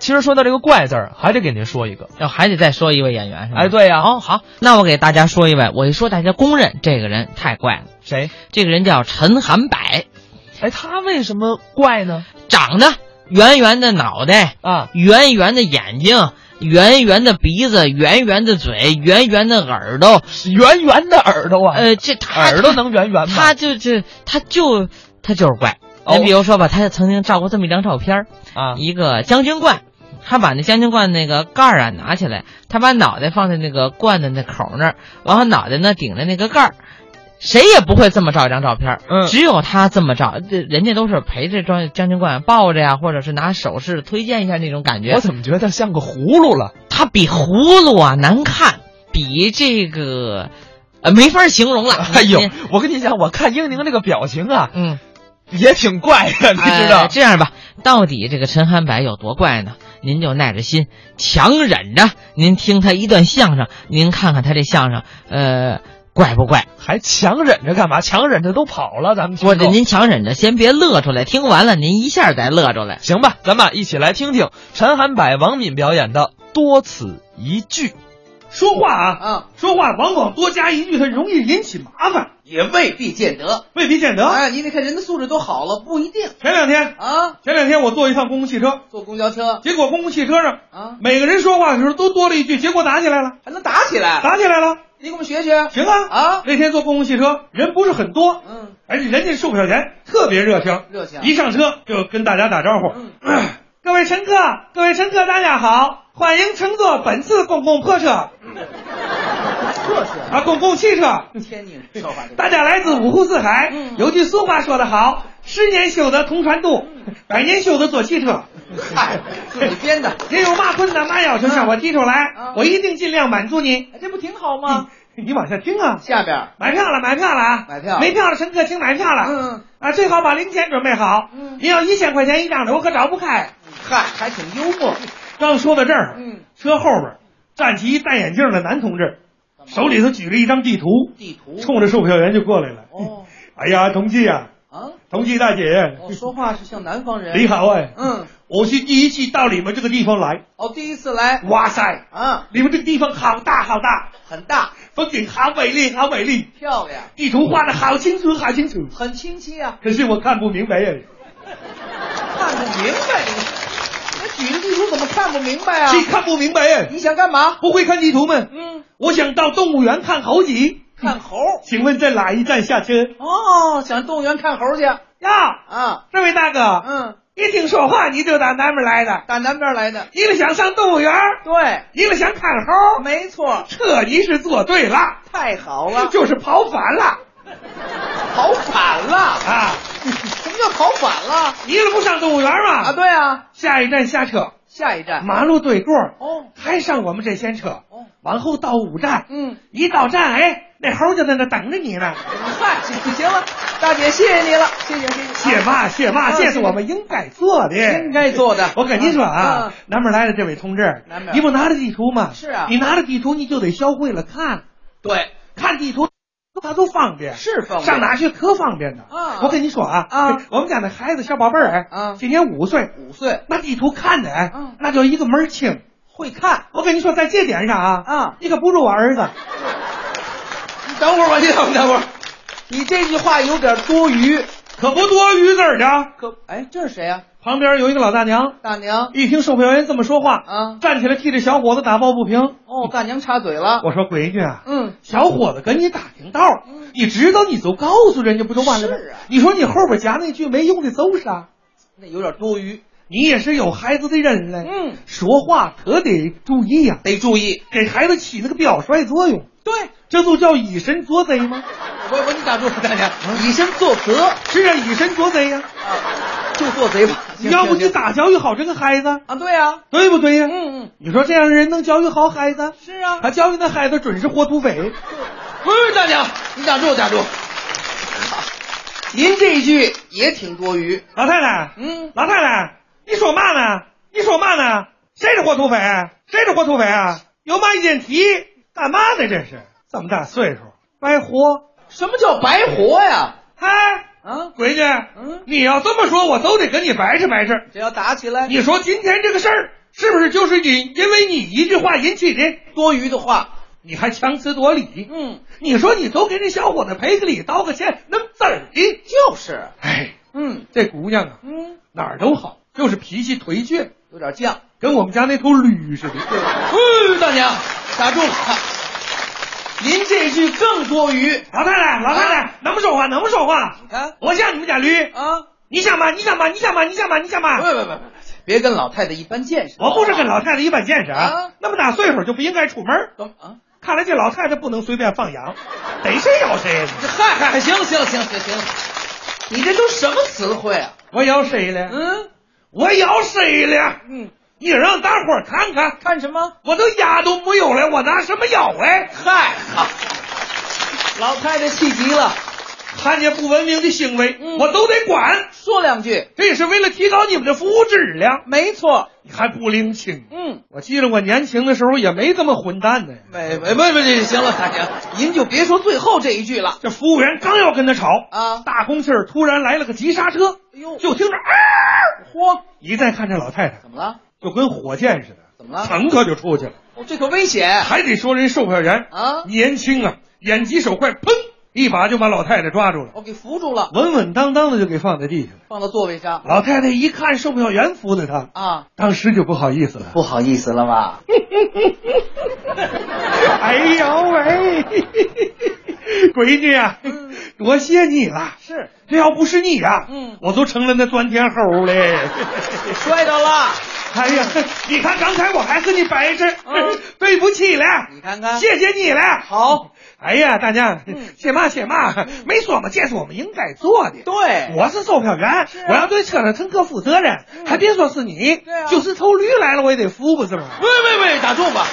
其实说到这个怪字儿，还得给您说一个。要哦还得再说一位演员是吧？哎，对呀、哦，好，那我给大家说一位，我一说大家公认这个人太怪了。谁？这个人叫陈寒柏，哎，他为什么怪呢？长得圆圆的脑袋，啊，圆圆的眼睛，圆圆的鼻子，圆圆的嘴，圆圆的耳朵。圆圆的耳朵啊，呃，这他哦耳朵能圆圆吗？他就这，他就他就是怪。哦你比如说吧，他曾经照过这么一张照片儿，啊，一个将军罐，他把那将军罐那个盖儿啊拿起来，他把脑袋放在那个罐的那口儿那儿，然后脑袋呢顶着那个盖儿。谁也不会这么照一张照片儿，嗯只有他这么照，这人家都是陪着装将军罐抱着呀，或者是拿手势推荐一下那种感觉我。怎么觉得像个葫芦了？他比葫芦啊难看，比这个，呃，没法形容了。 哎呦你，我跟你讲，我看英宁那个表情啊，嗯，也挺怪的， 你知道？呃这样吧，到底这个陈寒白有多怪呢？您就耐着心，强忍着，您听他一段相声，您看看他这相声，呃，怪不怪？还强忍着干嘛？强忍着都跑了，咱们听或者众您强忍着，先别乐出来，听完了您一下再乐出来。行吧，咱们一起来听听陈寒柏、王敏表演的《多此一句》。说话啊，啊，说话往往多加一句，它容易引起麻烦，也未必见得。未必见得。哎，你得看人的素质都好了，不一定前两天，啊。前两天我坐一趟公共汽车，坐公交车结果公共汽车上啊，每个人说话的时候都多了一句，结果打起来了，还能打起来，打起来了。你给我们学学行啊啊那天坐公共汽车人不是很多，嗯，而且人家售票员特别热情，热情啊嗯一上车就跟大家打招呼。 各位乘客，各位乘客，大家好，欢迎乘坐本次公共破车这是啊，公共汽车。天津人说话 这个大家来自五湖四海，嗯有句俗话说得好：“十年修得同船渡，百年修得坐汽车。”嗨嗯自己编 的您有嘛困难嘛要求向我提出来，啊我一定尽量满足你。哎这不挺好吗？你你往下听啊，下边买票了，买票了啊！买票没票的乘客请买票了。嗯啊，最好把零钱准备好。嗯您要一千块钱一张的，我可找不开。嗨还挺幽默，刚说到这儿，嗯，车后边站起一戴眼镜的男同志，手里头举着一张地图，地图冲着售票员就过来了。哦哎呀，同志啊，啊，同志大姐，我说话是像南方人，你好哎，嗯，我是第一次到你们这个地方来，哦第一次来哇塞，啊你们这个地方好大好大，很大风景好美丽好美丽，漂亮地图画的好清楚好清楚，很清晰啊，可是我看不明白哎，看不明白你，你举着地图怎么看不明白啊？是看不明白哎，你想干嘛？不会看地图吗？嗯，我想到动物园看猴子，看猴。请问在哪一站下车？哦，想动物园看猴去呀，啊？这位大哥，嗯，一听说话你就打南边来的，打南边来的。一个想上动物园，对，一个想看猴，没错，这你是做对了，太好啊了， 就是跑反了跑反了。啊。什么叫跑反了？你这不上动物园吗？啊，对哎啊，下一站下车，下一站。马路对过，哦还上我们这先车，哦，往后到五站，嗯，啊一到站，哎，那猴就在那等着你呢。嗨，行了，大姐，谢谢你了，谢谢谢谢。谢嘛谢嘛，啊这是我们应该做的，应该做的我跟您说啊啊，南边来的这位同志，南边你不拿着地图吗？是啊你拿着地图你就得学会了看，对，看地图。它多方便，是方便上哪去可方便呢？啊我跟你说啊，啊，我们家那孩子小宝贝儿，哎，啊今年五岁，五岁那地图看的哎嗯，那叫一个门儿清。会看。我跟你说，在这点上啊，嗯你可不如我儿子。你等会儿吧，你等等会儿。你这句话有点多余。可不多余字儿的啊。可嗯哎，这是谁呀、旁边有一个老大娘，大娘。一听售票员这么说话，啊站起来替这小伙子打抱不平。哦，大娘插嘴了。我说闺女啊，嗯，小伙子跟你打听道儿嗯，你知道你就告诉人家不就完了吗是啊？你说你后边夹那句没用的走啥？那有点多余。你也是有孩子的人嘞，嗯，说话可得注意呀、得注意。给孩子起那个表率作用，对，这就叫以身作贼吗？我我你打住，大家以身作则是啊，以身作贼呀、啊，就做贼 吧。行要不行你打教育好这个孩子，啊？对啊，对不对呀、嗯嗯，你说这样的人能教育好孩子？是啊。他教育那孩子准是活土匪。不是大娘，你打住打住。您这一句也挺多余。老太太，嗯，老太太，你说嘛呢？你说嘛呢？谁是活土匪？谁是活土匪啊？有嘛意见提？干嘛呢？这是这么大岁数，白活？什么叫白活呀？哎，啊，闺女，嗯你要这么说，我都得跟你白扯白扯。这要打起来，你说今天这个事儿是不是就是你因为你一句话引起的？多余的话，你还强词夺理？嗯，你说你都给这小伙子赔个礼、道个歉，能怎儿的？就是，哎，嗯这姑娘啊，嗯，啊哪儿都好，就是脾气颓倔，有点犟。跟我们家那头驴似的。嗯，大娘，打住吧，您这句更多余老太太，老太太，能不说话？能不说话？啊我像你们家驴， 啊！你想吧，你想吧，你想吧，你想吧，你想不吧。不不，别跟老太太一般见识。我不是跟老太太一般见识啊啊，那么大岁数就不应该出门儿。怎么啊？看来这老太太不能随便放羊，逮谁咬谁。这嗨嗨，行了行了行了行了行了，你这都什么词汇啊？我咬谁了？嗯我咬谁了？嗯，你让大伙儿看看，看什么？我都牙都没有了，我拿什么咬哎？嗨，老太太气急了，看见不文明的行为，嗯我都得管。说两句。这也是为了提高你们的服务质量。没错，你还不领情？嗯，哎我记得我年轻的时候也没这么混蛋呢。没没没没，行了，大娘，您就别说最后这一句了这服务员刚要跟他吵，啊。大公气儿突然来了个急刹车，哎呦，就听着啊！嚯，一再看这老太太，怎么了？就跟火箭似的，怎么了？腾可就出去了。哦，这可危险还得说人售票员啊！年轻啊，眼疾手快，砰，一把就把老太太抓住了，我给扶住了，稳稳当当的就给放在地下了。放到座位上老太太一看售票员扶着她，啊。当时就不好意思了。不好意思了吧？ 哎呦喂， 闺女啊，多谢你了。嗯是这要不是你呀、嗯我都成了那钻天猴嘞。 摔着了，哎呀，你看刚才我还跟你掰扯，嗯 对不起了，你看看谢谢你了。好，嗯哎呀，大娘，且慢且慢，没说嘛，这是我们应该做的。对，我是售票员，哎啊嗯我要对车上乘客负责任，还别说是你，对啊就是头驴来了我也得扶，不是吗？喂喂喂，打住吧！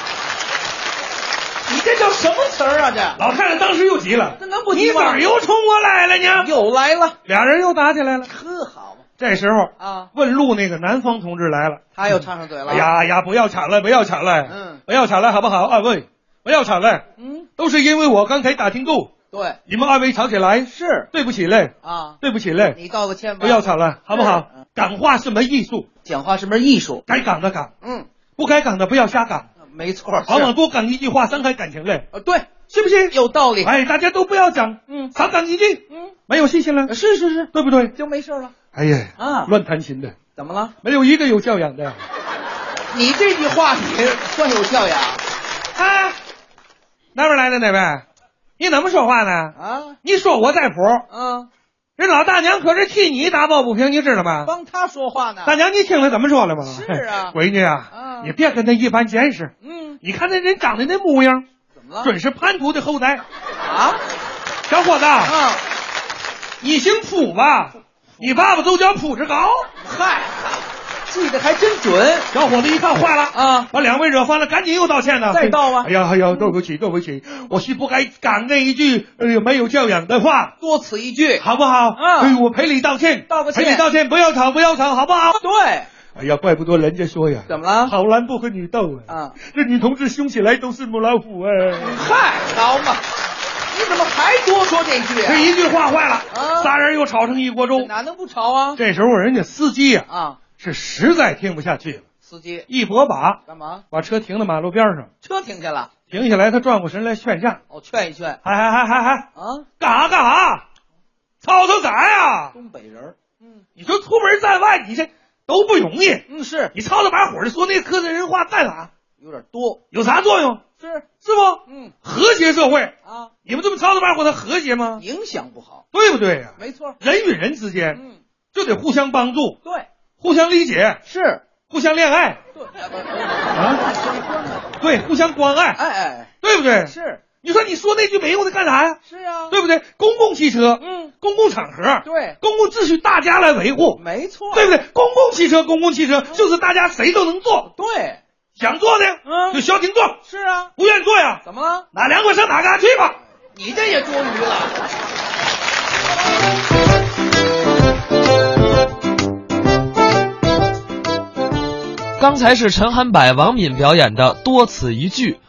你这叫什么词儿啊？这老太太当时又急了，这能不你急吗咋又冲我来了呢？又来了，俩人又打起来了。呵，好嘛这时候，啊，问路那个南方同志来了，他又插上嘴了。哎，呀呀，不要抢了，不要抢了，嗯不要抢了，好不好？二位，不要抢了，嗯，都是因为我刚才打听够，对，你们二位吵起来，是对不起嘞，啊，对不起嘞，你道个歉吧。哎不要吵了，好不好嗯？讲话是门艺术，讲话是门艺术。该讲的讲，嗯，不该讲的不要瞎讲，没错，往往是多讲一句话伤害感情嘞，呃，对，啊是不是？有道理。哎，大家都不要讲，嗯少讲一句，嗯，没有信心了，是是是，对不对？就没事了呃哎呀，啊。乱弹琴的，怎么了？没有一个有教养的。你这句话你算有教养啊，哪边来的哪位？你怎么说话呢？啊？你说我在谱，嗯，人老大娘可是替你打抱不平，你知道吗？帮他说话呢。大娘，你听了怎么说了吗？是啊 闺女哦啊，嗯你别跟他一般见识。嗯，你看那人长得那模样，怎么了？准是叛徒的后代。啊小伙子，啊！你姓普吧？你爸爸都叫普志高。嗨，记得还真准。小伙子一看坏了啊把两位惹翻了，赶紧又道歉呢。再道啊哎呀哎呀，对不起对不起，我是不该讲那一句哎呦没有教养的话。多此一举。好不好？嗯哎，我赔礼道歉，道个歉赔礼道歉，不要吵，不要吵，好不好？对，哎呀，怪不得人家说呀，怎么了好男不和女斗啊，啊，这女同志凶起来都是母老虎哎。嗨，好嘛，你怎么还多说这句这啊？一句话坏了，啊仨人又吵成一锅粥。哪能不吵啊？这时候人家司机呀、啊，是实在听不下去了，司机一拨把干嘛？把车停到马路边上，车停下了，停下来，他转过神来劝架，我劝一劝还还还还还啊。干啥干啥，吵吵啥呀？东北人儿，嗯你说出门在外，你这都不容易，嗯，是你吵吵把火的说那磕碜人话干啥？有点多，有啥作用？是是不？嗯和谐社会，啊，你们这么吵吵把火，它和谐吗？影响不好，对不对呀、没错。人与人之间嗯，就得互相帮助、对，互相理解、是，互相恋爱对，啊不是啊，对，互相关爱，哎对不对哎，？是你说你说那句没用的干啥呀？是啊，对不对？公共汽车、嗯，公共场合、对，公共秩序，大家来维护，没错，对不对？公共汽车、公共汽车就是大家谁都能坐，对，想坐的嗯就消停坐，是啊，不愿意坐呀，怎么了？哪凉快上哪嘎去吧。你这也多余了。刚才是陈涵柏、王敏表演的多此一句，